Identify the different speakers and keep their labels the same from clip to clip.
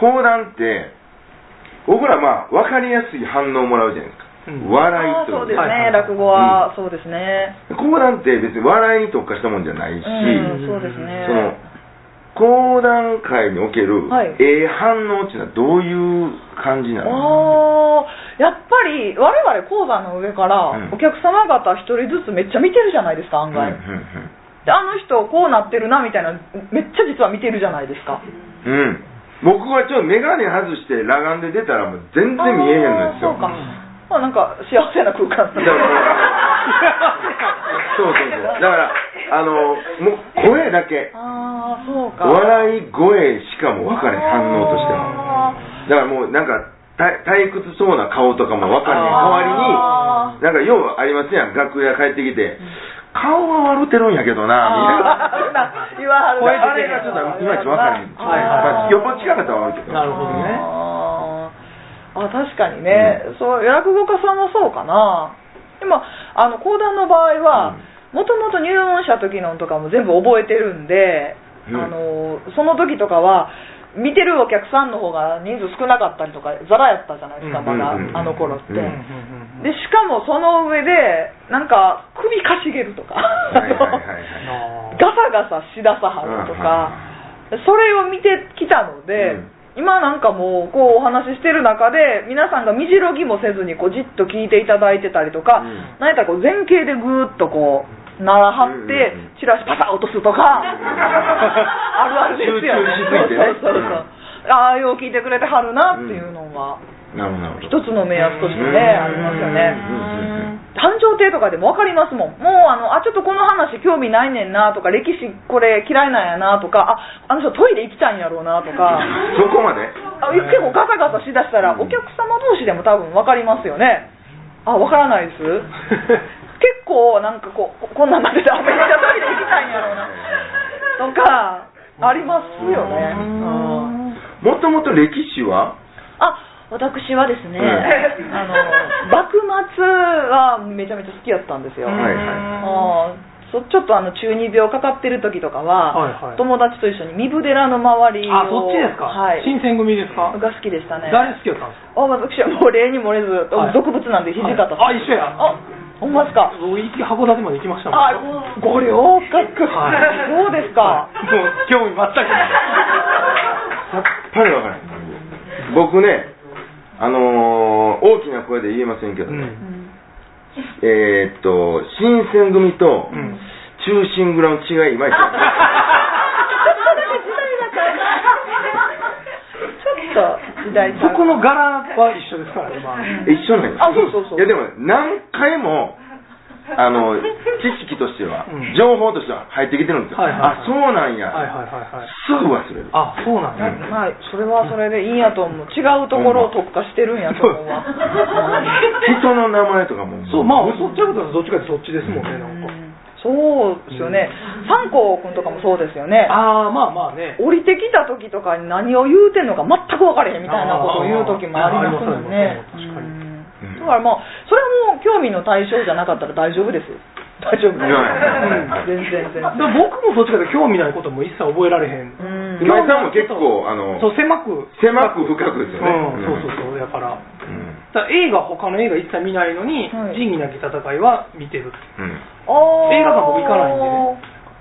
Speaker 1: 講談って僕らまあ分かりやすい反応をもらうじゃないですか、
Speaker 2: うん
Speaker 1: 笑い
Speaker 3: あー
Speaker 1: と
Speaker 3: そうですね、
Speaker 2: はいはい
Speaker 3: 落語は、そうですね
Speaker 1: 講談って別に笑いに特化したもんじゃないし、
Speaker 3: うんそうですね
Speaker 1: その講談会における、
Speaker 3: はい
Speaker 1: ええ反応っていうのはどういう感じなの
Speaker 3: あーやっぱり我々講座の上から
Speaker 1: うん
Speaker 3: お客様方一人ずつめっちゃ見てるじゃないですか
Speaker 1: うん
Speaker 3: 案
Speaker 1: うん
Speaker 3: 外、であの人こうなってるなみたいなめっちゃ実は見てるじゃないですか
Speaker 1: うんうん僕はちょっと眼鏡外して裸眼で出たらもう全然見えへんのですよ
Speaker 3: あーそうか、まあ、なんか幸せな空間
Speaker 1: だか らそうそうそうだからあのもう声だけ
Speaker 3: ああそうか
Speaker 1: 笑い声しかも分かれへん反応として
Speaker 3: あ
Speaker 1: もだからもうなんかた退屈そうな顔とかも分かれへん代わりに
Speaker 3: あー
Speaker 1: なんかようありますやん楽屋帰ってきて顔は笑うてるんやけどなみたいな
Speaker 3: あーな言わはる
Speaker 2: 声
Speaker 1: あ
Speaker 2: 出
Speaker 1: れ
Speaker 2: てる
Speaker 1: がちょっといまいち分かれへん
Speaker 2: はい
Speaker 1: ま
Speaker 2: はい
Speaker 1: あよっぽど近かったら分かるけど
Speaker 2: なるほどね
Speaker 3: あーあ確かにね、そう落語家さんはそうかなでもあの講談の場合はもともと入門した時のとかも全部覚えてるんで、
Speaker 1: うん
Speaker 3: あのその時とかは見てるお客さんの方が人数少なかったりとかざらやったじゃないですかまだ、
Speaker 1: うんうんうんうん
Speaker 3: あの頃って、
Speaker 1: うんうん
Speaker 3: でしかもその上でなんか首かしげるとか、
Speaker 1: はいはいはいはい
Speaker 2: あのー
Speaker 3: ガサガサしださはるとか、それを見てきたので、
Speaker 1: うん
Speaker 3: 今なんかもうこうお話ししてる中で皆さんがみじろぎもせずにこうじっと聞いていただいてたりとか、
Speaker 1: うん
Speaker 3: 何やったらこう前傾でぐーっとこうならはっ
Speaker 1: うんうんうん
Speaker 3: てチラシパサッ落とす とか、あるあるですよね
Speaker 1: 集中しすぎてね
Speaker 3: そうそうそうそうああよう聞いてくれてはるなっていうのは
Speaker 1: なるほどなるほ
Speaker 3: 一
Speaker 1: ど
Speaker 3: つの目安としてね、
Speaker 1: うん
Speaker 3: ありますよね、
Speaker 1: うん
Speaker 3: 繁盛亭とかでも分かりますもんもうあのあちょっとこの話興味ないねんなとか歴史これ嫌いなんやなとかああの人トイレ行きたいんやろうなとか
Speaker 1: そこまで
Speaker 3: あ結構ガサガサしだしたらお客様同士でも多分分かりますよねあ分からないです 結構なんかこうここんなんなってためっちゃトイレ行きたいんやろうなとかありますよねうん
Speaker 1: もともと歴史は
Speaker 3: あ私はですね、
Speaker 1: うん
Speaker 3: あ の幕末はめちゃめちゃ好きだったんですよ、
Speaker 1: はいはい
Speaker 3: あーそちょっとあの中二病かかってる時とかは、
Speaker 2: はいはい
Speaker 3: 友達と一緒に三部寺の周りを
Speaker 2: あそっちですか、
Speaker 3: はい、
Speaker 2: 新選組ですか、
Speaker 3: が好きでしたね
Speaker 2: 誰好きだったんですか
Speaker 3: あ私はもう例に漏れず、
Speaker 2: はい
Speaker 3: 俗物なんでひじかった、
Speaker 2: はいあ一緒や
Speaker 3: あほんまですか
Speaker 2: 僕一回函館まで行きましたもん
Speaker 3: あご了覚、
Speaker 2: はい
Speaker 3: そうですか、
Speaker 2: はいもう 興味全くない
Speaker 1: さっぱりわからない僕ねあのー大きな声で言えませんけど
Speaker 2: う
Speaker 1: ね、
Speaker 2: ん
Speaker 1: えーっと新選組と
Speaker 2: うん
Speaker 1: 中心蔵の違いいまいちわかん ない
Speaker 3: ちょっと時代ちゃ
Speaker 2: そうこの柄は一緒ですからね、まあ、
Speaker 1: え一緒なんです
Speaker 3: あそうそうそう
Speaker 1: いやでも何回もあ の知識としては、
Speaker 2: うん
Speaker 1: 情報としては入ってきてるんですよ、
Speaker 2: はいはいはい
Speaker 1: あそうなんや、
Speaker 2: はいはいはいはい
Speaker 1: すぐ忘れる
Speaker 2: あそうなんだ、
Speaker 1: うん
Speaker 3: はい、それはそれでいいんやと思う違うところを特化してるんやと思うわ
Speaker 1: 人の名前とかも
Speaker 2: そうまあそっちのことはどっちかってそっちですもんねなんか、
Speaker 3: そうですよね、三光君とかもそうですよね
Speaker 2: ああまあまあね
Speaker 3: 降りてきた時とかに何を言うてんのか全く分かれへんみたいなことを言う時もありますもんね
Speaker 2: あーありますあり
Speaker 1: す
Speaker 3: うんだからもうそれはもう興味の対象じゃなかったら大丈夫ですよ大丈夫です
Speaker 1: いやいやいや
Speaker 3: 全然全
Speaker 2: で
Speaker 3: 然
Speaker 2: 僕もどっちかって興味ないことも一切覚えられへん、
Speaker 3: うん
Speaker 1: 今井さんも結構あの
Speaker 2: そう狭く
Speaker 1: 狭く深くですよね、
Speaker 2: うん、そうそうそうだからだから映画他の映画一切見ないのに、
Speaker 3: はい
Speaker 2: 仁義なき戦いは見てる
Speaker 1: うんうん
Speaker 3: あー
Speaker 2: 映画館僕行かないんでね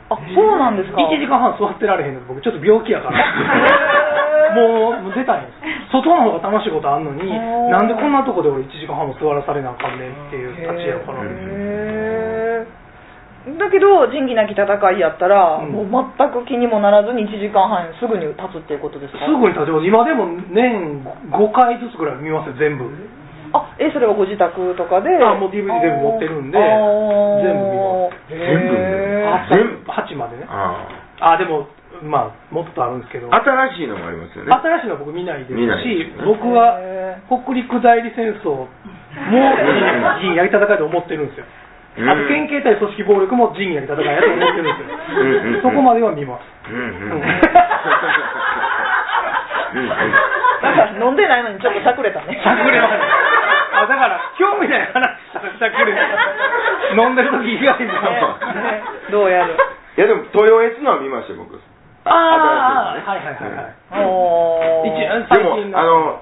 Speaker 3: あそうなんですか
Speaker 2: 1時間半座ってられへんの僕ちょっと病気 やからもうもう出たいんです外の方が楽しいことあんのに
Speaker 3: おー
Speaker 2: なんでこんなとこで俺1時間半も座らされなあかんねんっていう立ちやから
Speaker 1: へー
Speaker 3: へーだけど仁義なき戦いやったら、
Speaker 2: うん
Speaker 3: もう全く気にもならずに1時間半すぐに立つっていうことですか
Speaker 2: すぐに立ちます今でも年5回ずつぐらい見ますよ全部
Speaker 3: あえそれはご自宅とかであ
Speaker 2: あもう DVD 全部持ってるんで全部見ます
Speaker 3: 全
Speaker 2: あ
Speaker 1: 全部
Speaker 2: 8までね
Speaker 1: ああ
Speaker 2: あでもまあもっとあるんですけど
Speaker 1: 新しいのもありますよね
Speaker 2: 新しいのは僕見ないです
Speaker 1: 見ない
Speaker 2: し
Speaker 1: ですね
Speaker 2: 僕は
Speaker 3: へー
Speaker 2: 北陸在理戦争も仁義なき戦いと思ってるんですよ
Speaker 1: うん
Speaker 2: あと県警対組織暴力も仁義なき戦いやと思ってるんですよ
Speaker 1: うんうんうん
Speaker 2: そこまでは見ま
Speaker 1: う
Speaker 2: す
Speaker 1: んうん
Speaker 2: うん
Speaker 1: うん
Speaker 3: なんか飲んでないのにちょっとしゃくれたね
Speaker 2: しゃくれます あだから興味ない話したらしゃくれます飲んでる時以外にも
Speaker 3: ねどうやる
Speaker 1: いやでも豊悦のは見ましたよ僕
Speaker 2: ああ
Speaker 1: 新しいですね
Speaker 2: はいはいはいはい
Speaker 3: おー
Speaker 1: でも
Speaker 2: 一一最近、の
Speaker 1: あの、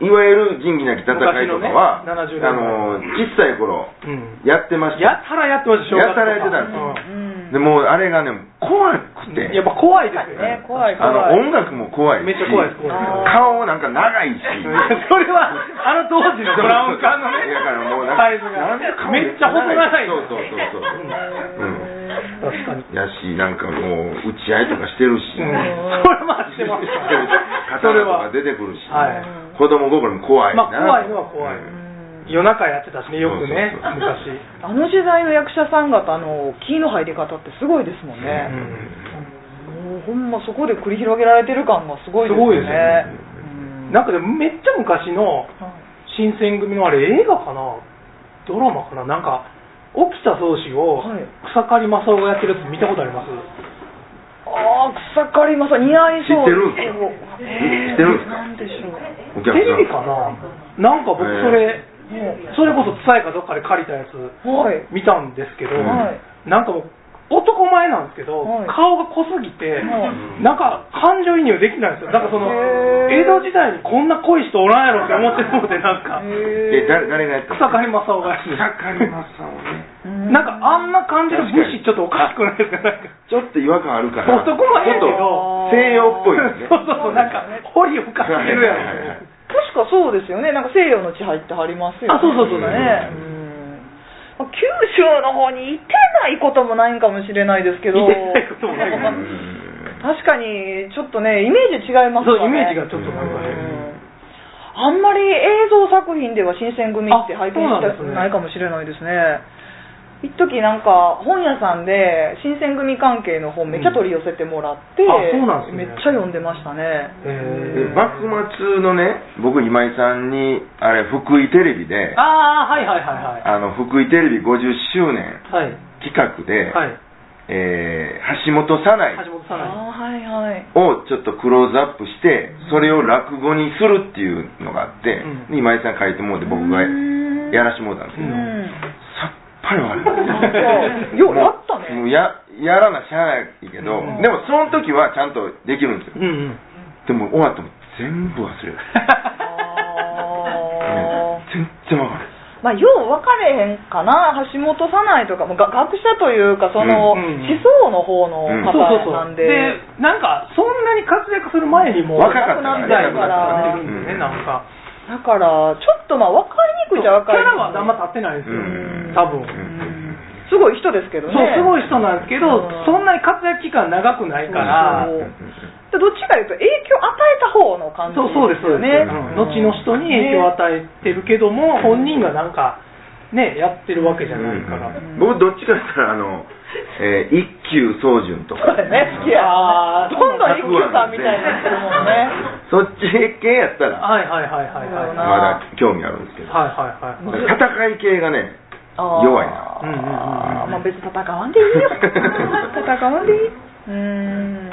Speaker 1: いわゆる仁義なき戦いとかは、
Speaker 2: 昔のね70年代
Speaker 1: あの、小さい頃、
Speaker 2: うん
Speaker 1: やってました。
Speaker 2: やたらやってました
Speaker 1: やたらやってたんですよ
Speaker 3: うん
Speaker 1: でもうあれがね、怖くて、
Speaker 2: やっぱ怖いですよ
Speaker 3: ね怖い
Speaker 1: あ
Speaker 3: 怖
Speaker 1: の、
Speaker 3: い
Speaker 1: 音楽も怖いし、
Speaker 2: めっちゃ怖いです怖いです
Speaker 1: 顔なんか長いし、
Speaker 2: それはあの当時のブラウン管のね
Speaker 1: だからもうなんか
Speaker 2: サイズが
Speaker 1: なんで顔
Speaker 2: めっちゃ細長い
Speaker 1: そうそうそうそう。うん。
Speaker 2: 確かに
Speaker 1: やし、なんかもう、打ち合いとかしてるし、
Speaker 2: それはしてますそれ
Speaker 1: 刀と
Speaker 2: は
Speaker 1: か出てくるし、
Speaker 2: は
Speaker 1: 子供心に怖いな。
Speaker 2: まあ怖いのは怖い
Speaker 3: うん
Speaker 2: 夜中やってたしねよくね
Speaker 1: そうそうそう
Speaker 2: 昔
Speaker 3: あの時代の役者さん方の気の入り方ってすごいですもん
Speaker 2: う
Speaker 3: ね、
Speaker 2: ん
Speaker 3: もうほんまそこで繰り広げられてる感がすごいですよ
Speaker 2: すごい
Speaker 3: ね
Speaker 2: ですね
Speaker 3: うん
Speaker 2: なんかでもめっちゃ昔の新選組のあれ映画かなドラマかななんか沖田総司を
Speaker 3: はい
Speaker 2: 草刈正雄がやってるやつ見たことあります
Speaker 3: ああ草刈りまさ似合いそ
Speaker 1: 知
Speaker 3: う
Speaker 1: ってるんですか知ってるんですか
Speaker 3: なんでしょう
Speaker 1: お
Speaker 2: テ
Speaker 1: 客さん。
Speaker 2: レビかななんか僕それそれこそ伝えかどっかで借りたやつ
Speaker 3: はい
Speaker 2: 見たんですけど、
Speaker 3: はい
Speaker 2: なんかもう男前なんですけど、
Speaker 3: はい
Speaker 2: 顔が濃すぎて、
Speaker 3: はい
Speaker 2: なんか感情移入できないんですよなんかその
Speaker 3: へー
Speaker 2: 江戸時代にこんな濃い人おらんやろって思ってるのでなんか
Speaker 3: へ
Speaker 1: え、誰誰がやった
Speaker 2: 草刈正雄がやってる
Speaker 1: 刈正雄ね。
Speaker 3: ー
Speaker 2: なんかあんな感じの武士ちょっとおかしくないですかなんか
Speaker 1: ちょっと違和感あるから。
Speaker 2: 男前やけど
Speaker 1: ちょっと西洋っぽいよね。
Speaker 2: そうそうそうなんか彫りおかしてるや
Speaker 1: はいはいはい
Speaker 2: ん
Speaker 3: 確かそうですよねなんか西洋の地入ってはりますよね
Speaker 2: あそうそうそう
Speaker 3: ねうんまあ九州の方に行ってないこともないんかもしれないですけど
Speaker 2: 行ってないこともないか
Speaker 1: う
Speaker 2: も
Speaker 1: ん
Speaker 3: 確かにちょっとねイメージ違います
Speaker 2: そ
Speaker 3: から
Speaker 2: うイ
Speaker 3: ね
Speaker 2: メージがちょっとなんかね
Speaker 3: うんあんまり映像作品では新選組って
Speaker 2: あ
Speaker 3: 拝見
Speaker 2: そうな
Speaker 3: し
Speaker 2: ん
Speaker 3: た
Speaker 2: です
Speaker 3: く
Speaker 2: ね
Speaker 3: ないかもしれないですね一時なんか本屋さんで新選組関係の本めっちゃ取り寄せてもらって、
Speaker 2: うんあそうなんで
Speaker 3: め
Speaker 2: す
Speaker 3: っ
Speaker 2: ね
Speaker 3: ちゃ読んでましたね
Speaker 1: で
Speaker 2: えー
Speaker 1: 幕末のね、僕今井さんに、あれ、福井テレビで、
Speaker 2: ああはいはいはいはい
Speaker 1: あの、福井テレビ50周年
Speaker 2: はい
Speaker 1: 企画で、
Speaker 2: はい
Speaker 1: えー橋本早苗
Speaker 2: 橋本
Speaker 3: あ
Speaker 2: さん
Speaker 3: あはいはい
Speaker 1: をちょっとクローズアップして、それを落語にするっていうのがあって、
Speaker 2: うん
Speaker 1: で今井さん書いてもうて僕が
Speaker 3: うん
Speaker 1: やらしてもうたんです
Speaker 3: う
Speaker 1: けど、
Speaker 3: ん
Speaker 1: さっぱりわからない。
Speaker 3: そうようやったね
Speaker 1: もうや、やらなしゃあないけど、
Speaker 2: うん
Speaker 1: でもその時はちゃんとできるんです
Speaker 2: う
Speaker 1: よ。
Speaker 2: んうん
Speaker 1: でも終わっても全部忘れる。
Speaker 3: あー
Speaker 1: 全然わかんない。
Speaker 3: まあ、よう分かれへんかな橋本早苗とかもが学者というかその
Speaker 2: うん
Speaker 3: 思想の方の
Speaker 1: うん
Speaker 2: そ
Speaker 3: 方
Speaker 2: うそうそ
Speaker 3: な
Speaker 2: うんで
Speaker 3: で
Speaker 2: なんかそんなに活躍する前にもう
Speaker 1: 若か
Speaker 3: ったからね
Speaker 2: 亡くなってるんで
Speaker 1: うん
Speaker 2: ねなんか
Speaker 3: だからちょっとまあ分かりにくいじゃ分か
Speaker 2: キ
Speaker 3: り
Speaker 2: ャラはあんま
Speaker 3: にくい
Speaker 2: 立ってないですよ
Speaker 1: うん
Speaker 2: 多分
Speaker 1: うん
Speaker 3: すごい人ですけど
Speaker 2: そう
Speaker 3: ね
Speaker 2: すご
Speaker 3: い
Speaker 2: い人なんですけど
Speaker 3: うん
Speaker 2: そんなに活躍期間長くないから
Speaker 3: そうでどっちかいうと影響与えた方の感じ
Speaker 2: そうそうですそうです
Speaker 3: ね
Speaker 2: うん後の人に影響を与えてるけども本人がなんかねやってるわけじゃないから
Speaker 1: うん僕どっちかって言ったら、あの、えー一休宗純と
Speaker 3: そ
Speaker 1: か
Speaker 3: うだ、よね好きや
Speaker 2: あ
Speaker 3: ど
Speaker 2: ー
Speaker 3: んどん一休さんみたいになってるもんね
Speaker 1: そっち系やったら、
Speaker 2: はいはいはいはいはいはい
Speaker 3: あ
Speaker 2: は
Speaker 1: まだ興味あるんですけど、
Speaker 2: いはい
Speaker 1: 戦い系がね、
Speaker 3: あー
Speaker 1: 弱いな
Speaker 2: うんうんうん
Speaker 3: あーまあ別に戦わんでいい よ戦わんでいいうーん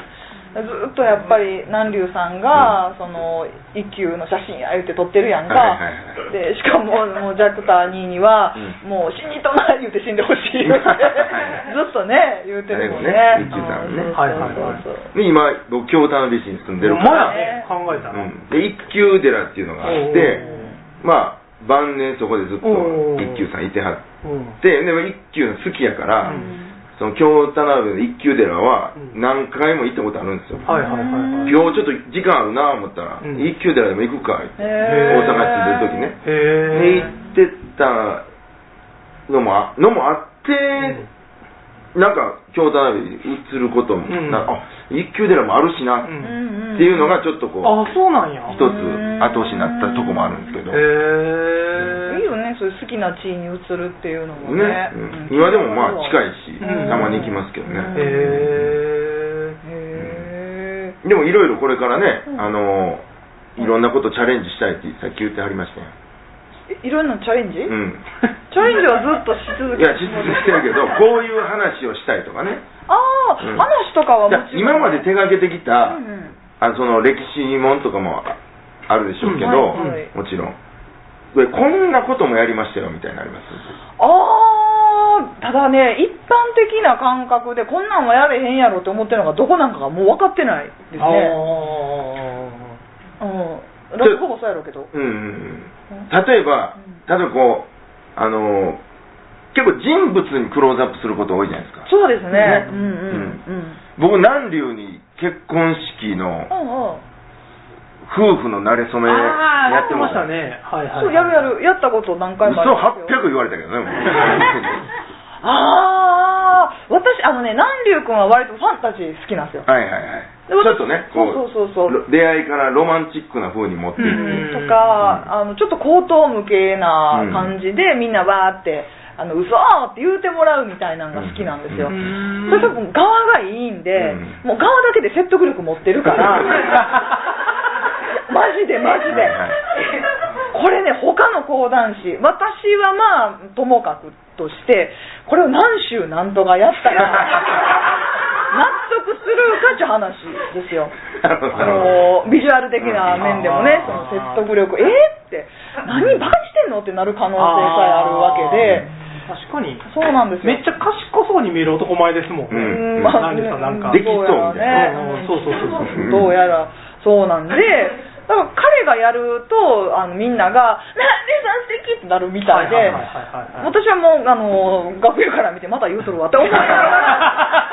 Speaker 3: ずっとやっぱり南龍さんが、その一休の写真や言って撮ってるやんか、
Speaker 1: はいはいはい
Speaker 3: でしかももうジャクター兄には、
Speaker 1: う
Speaker 3: もう死にとな言うて死んでほし いずっとね言うてるもん
Speaker 1: 最
Speaker 3: ね
Speaker 1: 後ね一休さんね
Speaker 2: はいはいはい
Speaker 3: そうそうそう
Speaker 1: で今、僕、京田の美人に住んでる
Speaker 2: ほん
Speaker 1: か
Speaker 2: ま
Speaker 1: ら、
Speaker 2: やね考えたら
Speaker 1: うんで一休寺っていうのがあって、まあ、晩年そこでずっと
Speaker 2: おー
Speaker 1: 一休さんいてはっ
Speaker 2: うん
Speaker 1: て、でも一休の好きやから、
Speaker 2: うん
Speaker 1: その京田辺の一休寺は
Speaker 2: うん
Speaker 1: 何回も行ったことあるんですよ。
Speaker 2: はいはいはいはい
Speaker 1: 今日ちょっと時間あるなと思ったら、
Speaker 2: うん
Speaker 1: 一休寺でも行くか言って、
Speaker 3: へー
Speaker 1: 大阪住んでる時ね。
Speaker 2: へ
Speaker 1: で
Speaker 2: え
Speaker 1: 行ってたのもあのもあって、なんか京田辺に移ることも、
Speaker 2: うん
Speaker 1: なあ一級寺もあるしな、
Speaker 2: う
Speaker 1: っ
Speaker 2: ん
Speaker 3: うんうん
Speaker 1: ていうのがちょっとこう
Speaker 2: あそうなんや
Speaker 1: 一つ後押しになったとこもあるんですけど、
Speaker 2: へえ
Speaker 3: いいよねそういう好きな地位に移るっていうのもね
Speaker 1: ね、うん
Speaker 3: うん
Speaker 1: 今でもまあ近いし、
Speaker 2: うん
Speaker 1: たまに行きますけどね、
Speaker 3: うん
Speaker 2: へえ
Speaker 3: へえ
Speaker 1: でもいろいろこれからね、
Speaker 3: うん
Speaker 1: あのいろんなことチャレンジしたいってさっき言ってはりましたよ、
Speaker 3: いろんなチャレンジ、
Speaker 1: うん、
Speaker 3: チャレンジはずっとし続
Speaker 1: い
Speaker 3: け
Speaker 1: や実現してるけどこういう話をしたいとかね
Speaker 3: ああ、
Speaker 1: うん
Speaker 3: 話とかはも
Speaker 1: じゃあ
Speaker 3: ちろん
Speaker 1: 今まで手がけてきた、
Speaker 3: うんうん
Speaker 1: あのその歴史もんとかもああるでしょうけど、
Speaker 3: うんはいはい
Speaker 1: もちろんでこんなこともやりましたよみたいなのあります
Speaker 3: ああただね一般的な感覚でこんなんはやれへんやろって思ってるのがどこなんかがもう分かってないですね
Speaker 2: あー
Speaker 3: うん落語もそうやろうけど
Speaker 1: うんうんうん例えば、例えばこう、あのー結構人物にクローズアップすること多いじゃないですか。
Speaker 3: そうですね
Speaker 1: ね
Speaker 3: うんうん
Speaker 1: 僕、南流に結婚式の
Speaker 3: うんうんうん
Speaker 1: 夫婦の馴れ初め
Speaker 2: ああ
Speaker 1: や
Speaker 2: やっ
Speaker 1: ってて
Speaker 2: ま
Speaker 1: ま
Speaker 2: し
Speaker 1: したた。
Speaker 2: ねはいはい
Speaker 3: そうやるやるやったこと何回もあ
Speaker 1: 嘘
Speaker 3: る
Speaker 1: 800言われたけど ね、もう
Speaker 3: ああ私あのね南龍君は割とファンタジー好きなんですよ
Speaker 1: はいはいはい。ち
Speaker 3: で
Speaker 1: ょっ
Speaker 3: 私
Speaker 1: とね、こう、
Speaker 3: そうそうそうそ
Speaker 1: ろ
Speaker 3: う
Speaker 1: 出会いからロマンチックな風に持っていく。
Speaker 2: う
Speaker 3: と
Speaker 2: ん
Speaker 3: か、あのちょっと口頭無形な感じで、みんなわーって「あの嘘ーって言うてもらうみたいなのが好きなんですよ、
Speaker 1: うん
Speaker 2: うん
Speaker 3: それ多分側がいいんで、
Speaker 1: うん
Speaker 3: もう側だけで説得力持ってるから マジでマジで、
Speaker 1: はいはい
Speaker 3: これね他の講談師私はまあともかくとしてこれを何週何とかやった ら納得するかって話ですよ
Speaker 1: なるほど
Speaker 3: あのビジュアル的な面でもね、そ
Speaker 2: あ
Speaker 3: の
Speaker 2: ー
Speaker 3: 説得力、えー、って、何、バカにしてんのってなる可能性さえあるわけで、
Speaker 2: あー確かに
Speaker 3: そうなんですよ
Speaker 2: めっちゃ賢そうに見える男前ですもんね、
Speaker 1: うん
Speaker 3: う
Speaker 1: ま
Speaker 2: 何ですかなんか
Speaker 1: できそうみたい
Speaker 2: なうん
Speaker 3: ど
Speaker 2: そううそうそうそう
Speaker 1: うん
Speaker 3: どうやらそうなんで、だから彼がやると、あのみんなが、なんでさん素敵ってなるみたいで
Speaker 2: はいはいはいはいはい
Speaker 3: 私はもう、あの楽屋から見て、また言うとるわって思いなが ら。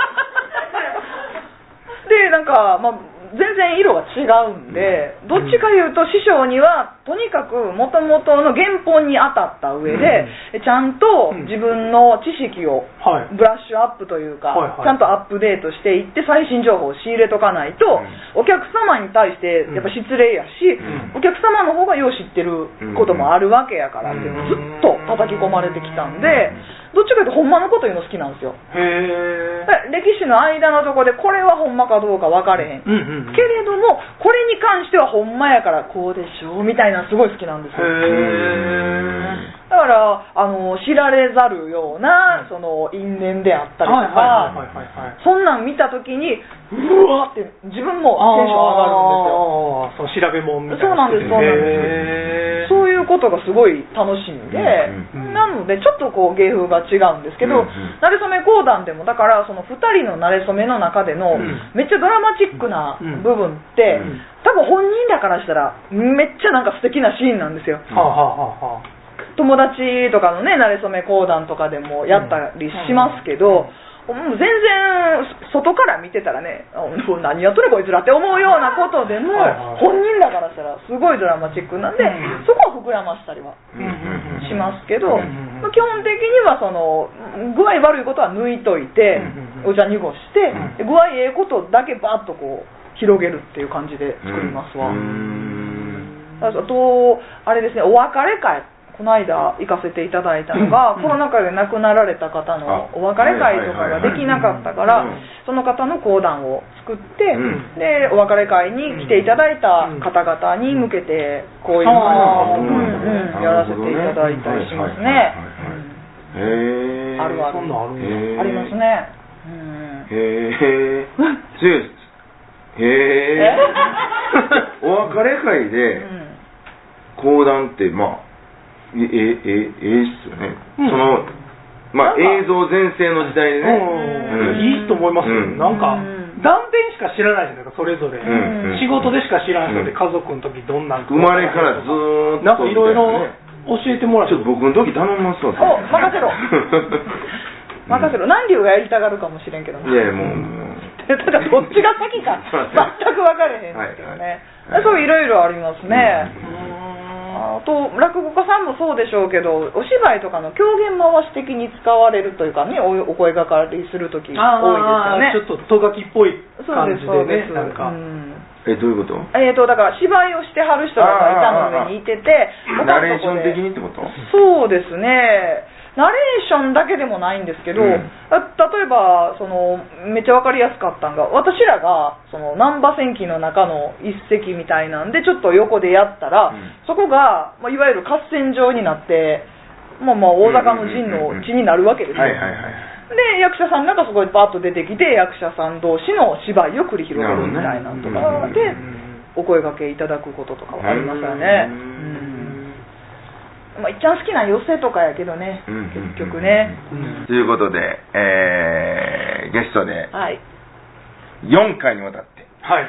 Speaker 3: で、なんか、まあ、全然色が違うんで、どっちかいうと師匠には、とにかく元々の原本に当たった上で、ちゃんと自分の知識を
Speaker 2: はい
Speaker 3: ブラッシュアップというか、
Speaker 2: はいはい
Speaker 3: ちゃんとアップデートしていって最新情報を仕入れとかないと、お客様に対してやっぱ失礼やし、
Speaker 1: うん
Speaker 3: お客様の方がよう知ってることもあるわけやからっていうのをずっと叩き込まれてきたんで、どっちかというとほんまのこと言うの好きなんですよ。
Speaker 2: へえ
Speaker 3: 歴史の間のとこでこれはほんまかどうか分かれへん、
Speaker 2: うんうんうん
Speaker 3: けれどもこれに関してはほんまやからこうでしょうみたいなのすごい好きなんですよ
Speaker 2: へえ
Speaker 3: だからあの知られざるようなその因縁であったりと
Speaker 2: はいはい
Speaker 3: か
Speaker 2: はいはいはい
Speaker 3: そんなん見た時にうわーって自分もテンション上がるんですよ
Speaker 2: あーそう調べ物みたいな
Speaker 3: そうなんですそうなんです
Speaker 2: へー
Speaker 3: そういうことがすごい楽しみで、
Speaker 1: うん
Speaker 2: うん
Speaker 3: なのでちょっとこう芸風が違うんですけ
Speaker 1: うんう
Speaker 3: ど、
Speaker 1: ん
Speaker 3: なれそめ講談でもだからその2人のなれそめの中での
Speaker 2: ん
Speaker 3: めっちゃドラマチックな
Speaker 2: うん
Speaker 3: 部分って、
Speaker 1: うん
Speaker 3: 多分本人だからしたらめっちゃなんか素敵なシーンなんですよ。
Speaker 2: はあはあはあはあ
Speaker 3: 友達とかのね馴れ初め講談とかでもやったりしますけど、もう全然外から見てたらねあもう何やっとるこいつらって思うようなことでも
Speaker 2: はいはい
Speaker 3: 本人だからしたらすごいドラマチックなんで
Speaker 2: うん
Speaker 3: そこは膨らましたりは
Speaker 1: うんうんうん
Speaker 3: しますけど、
Speaker 2: うんうんうん
Speaker 3: まあ基本的にはその具合悪いことは抜いといて
Speaker 2: うんうん
Speaker 3: お
Speaker 2: うん
Speaker 3: 茶濁して
Speaker 1: うん
Speaker 3: で具合ええことだけバッとこう広げるっていう感じで作りますわ。
Speaker 1: うん
Speaker 3: あと、あれですね、お別れ会、この間行かせていただいたのが、
Speaker 2: うん
Speaker 3: コロナ禍で亡くなられた方のお別れ会とかができなかったか
Speaker 1: はいはいはいはい
Speaker 3: ら、その方の講談を作って、
Speaker 1: うん
Speaker 3: で、お別れ会に来ていただいた方々に向けて、こういう
Speaker 2: あ
Speaker 3: のを、う
Speaker 2: ー
Speaker 3: ん
Speaker 1: なるほどね
Speaker 3: うんやらせていただいたりしますね。
Speaker 1: へえ。
Speaker 3: あるある
Speaker 2: そんなんあるんだ
Speaker 1: へえ
Speaker 3: ありますね。うん
Speaker 1: へえ。 せやへえ
Speaker 3: え。
Speaker 1: お別れ会
Speaker 3: う
Speaker 1: で
Speaker 3: ん
Speaker 1: 講談ってまあえええええっすよね。
Speaker 2: うん
Speaker 1: そのま
Speaker 3: な
Speaker 1: あ
Speaker 3: んか
Speaker 1: 映像全盛の時代でね。
Speaker 2: うん
Speaker 1: うん
Speaker 2: いいと思いますよ、
Speaker 1: うん
Speaker 2: なんか
Speaker 3: うん
Speaker 2: 断片しか知らないじゃないですかそれぞれ、
Speaker 1: うんうん
Speaker 2: 仕事でしか知らない人で、
Speaker 1: うん
Speaker 2: 家族の時どんなん
Speaker 1: 生まれからずーっと
Speaker 2: なんかいろいろ教えてもらっ
Speaker 1: ち
Speaker 2: て
Speaker 1: ょっと僕の時頼みますわ。
Speaker 3: お任せろ任せ
Speaker 1: ろ。
Speaker 3: ろ、何流がやりたがるかもしれんけど ね
Speaker 1: いやいやもうもう。
Speaker 3: ただどっちが先か全く分かれへんですけどね、
Speaker 1: はいはい
Speaker 3: そういろいろありますね、
Speaker 2: うーん
Speaker 3: あと落語家さんもそうでしょうけどお芝居とかの狂言回し的に使われるというかねおお声がかりする時多いですよね
Speaker 2: あーちょっとトガキっぽい
Speaker 3: そう
Speaker 2: 感
Speaker 3: で
Speaker 2: じ
Speaker 3: すそう
Speaker 2: で
Speaker 3: で
Speaker 2: ね
Speaker 3: す
Speaker 2: なんか、
Speaker 3: うん
Speaker 1: えどういうこと？
Speaker 3: えー、とだから芝居をしてはる人が板の上にいてて
Speaker 1: ナレーション的に
Speaker 3: に
Speaker 1: ってこと？
Speaker 3: そうですねナレーションだけでもないんですけど、
Speaker 1: うん
Speaker 3: あ例えばそのめっちゃ分かりやすかったんが私らがその難波戦記の中の一席みたいなんでちょっと横でやったら、
Speaker 1: うん
Speaker 3: そこが、まあ、いわゆる合戦場になって、まあ、まあ大阪の陣の地になるわけですよ、
Speaker 1: はいはいはい。
Speaker 3: で役者さんなんかそこにバーッと出てきて役者さん同士の芝居を繰り広げるみたいなのとか
Speaker 1: なるほどね
Speaker 3: で
Speaker 1: う
Speaker 3: お声掛けいただくこととかはありますよね。
Speaker 1: う
Speaker 3: うん
Speaker 1: ん
Speaker 3: まあ、いっちゃん好きな寄せとかやけどね、
Speaker 1: うんうんうん
Speaker 3: 結局ね。
Speaker 2: うん
Speaker 1: ということで、えーゲストで
Speaker 3: はい。
Speaker 1: 4回にわたって
Speaker 2: はい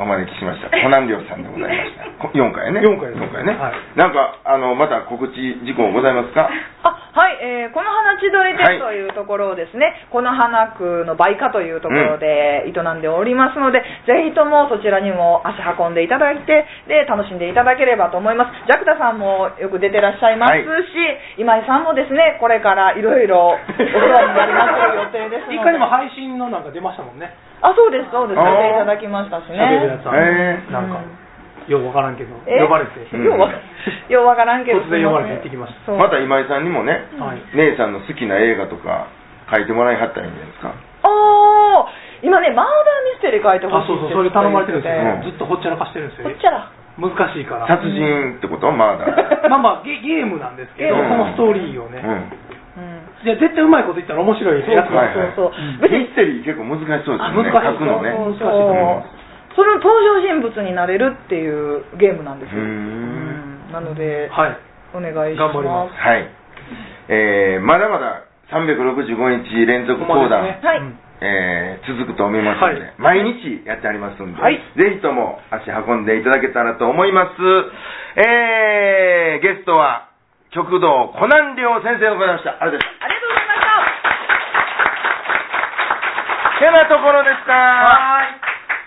Speaker 1: おお招きしましたコナンリョウさんでございました こ4回ね
Speaker 2: 4回です
Speaker 1: 四回ね、
Speaker 2: はい
Speaker 1: なんかあのまた告知事項ございますか
Speaker 3: あはい、えーこの花千鳥
Speaker 1: は
Speaker 3: 店
Speaker 1: い
Speaker 3: というところをですね、この花区の梅花というところで営んでおりますので、ぜひともそちらにも足運んでいただいてで楽しんでいただければと思いますジャクタさんもよく出てらっしゃいますし、
Speaker 1: はい
Speaker 3: 今井さんもですねこれからいろいろお世話になりますという予定ですので
Speaker 2: 一回でも配信のなんか出ましたもんね
Speaker 3: あそうですそうです
Speaker 1: あー
Speaker 3: 出ていただきましたし
Speaker 2: 喋るや
Speaker 3: ね
Speaker 2: つは
Speaker 1: へー
Speaker 2: なんかようわからんけど
Speaker 3: え
Speaker 2: 呼ばれて
Speaker 1: うん
Speaker 3: ようわようわからんけど
Speaker 2: 突然呼ばれて行ってきました
Speaker 3: そう
Speaker 1: また今井さんにもね、
Speaker 2: はい
Speaker 1: 姉さんの好きな映画とか書いてもらいはったらいいんじゃないですか
Speaker 3: あー今ねマーダーミステリー書いてほ
Speaker 2: あ
Speaker 3: しい
Speaker 2: そうそうそれ
Speaker 3: って言って
Speaker 2: 頼まれてるんで
Speaker 1: うん
Speaker 2: すよ、ずっとほっちゃらかしてるんです
Speaker 3: こ
Speaker 2: よ
Speaker 3: っちゃら
Speaker 2: 難しいから
Speaker 1: 殺人ってことまだ、
Speaker 2: まあ まあゲゲームなんですけ
Speaker 1: う
Speaker 2: ど、
Speaker 1: ん
Speaker 2: そのストーリーを
Speaker 1: う
Speaker 2: ね、
Speaker 1: ん、
Speaker 3: うん
Speaker 2: いや絶対うまいこと言ったら面白いやつ
Speaker 3: そう
Speaker 2: なんですよ
Speaker 3: そう
Speaker 1: ミ
Speaker 3: 別に
Speaker 1: ステリー結構難しそうですよね
Speaker 2: あ難しい
Speaker 1: 書くのね
Speaker 3: そうそう
Speaker 2: 難しいと
Speaker 1: 思う
Speaker 3: その登場人物になれるっていうゲームなんですよ
Speaker 1: うーん
Speaker 3: うんなので、
Speaker 2: はい
Speaker 3: お願いし
Speaker 2: 頑
Speaker 3: ます
Speaker 2: 張ります
Speaker 1: はいえー、まだまだ365日連続講談、
Speaker 2: ここまでですね
Speaker 3: はい
Speaker 2: うん
Speaker 1: えー続くと思いますので、毎日やってありますんで、
Speaker 3: はい
Speaker 1: ぜひとも足運んでいただけたらと思います、えー、ゲストは極道コナン亮先生でございましたありがとうございました
Speaker 3: ありがとうございました
Speaker 1: てなところでした
Speaker 2: はーい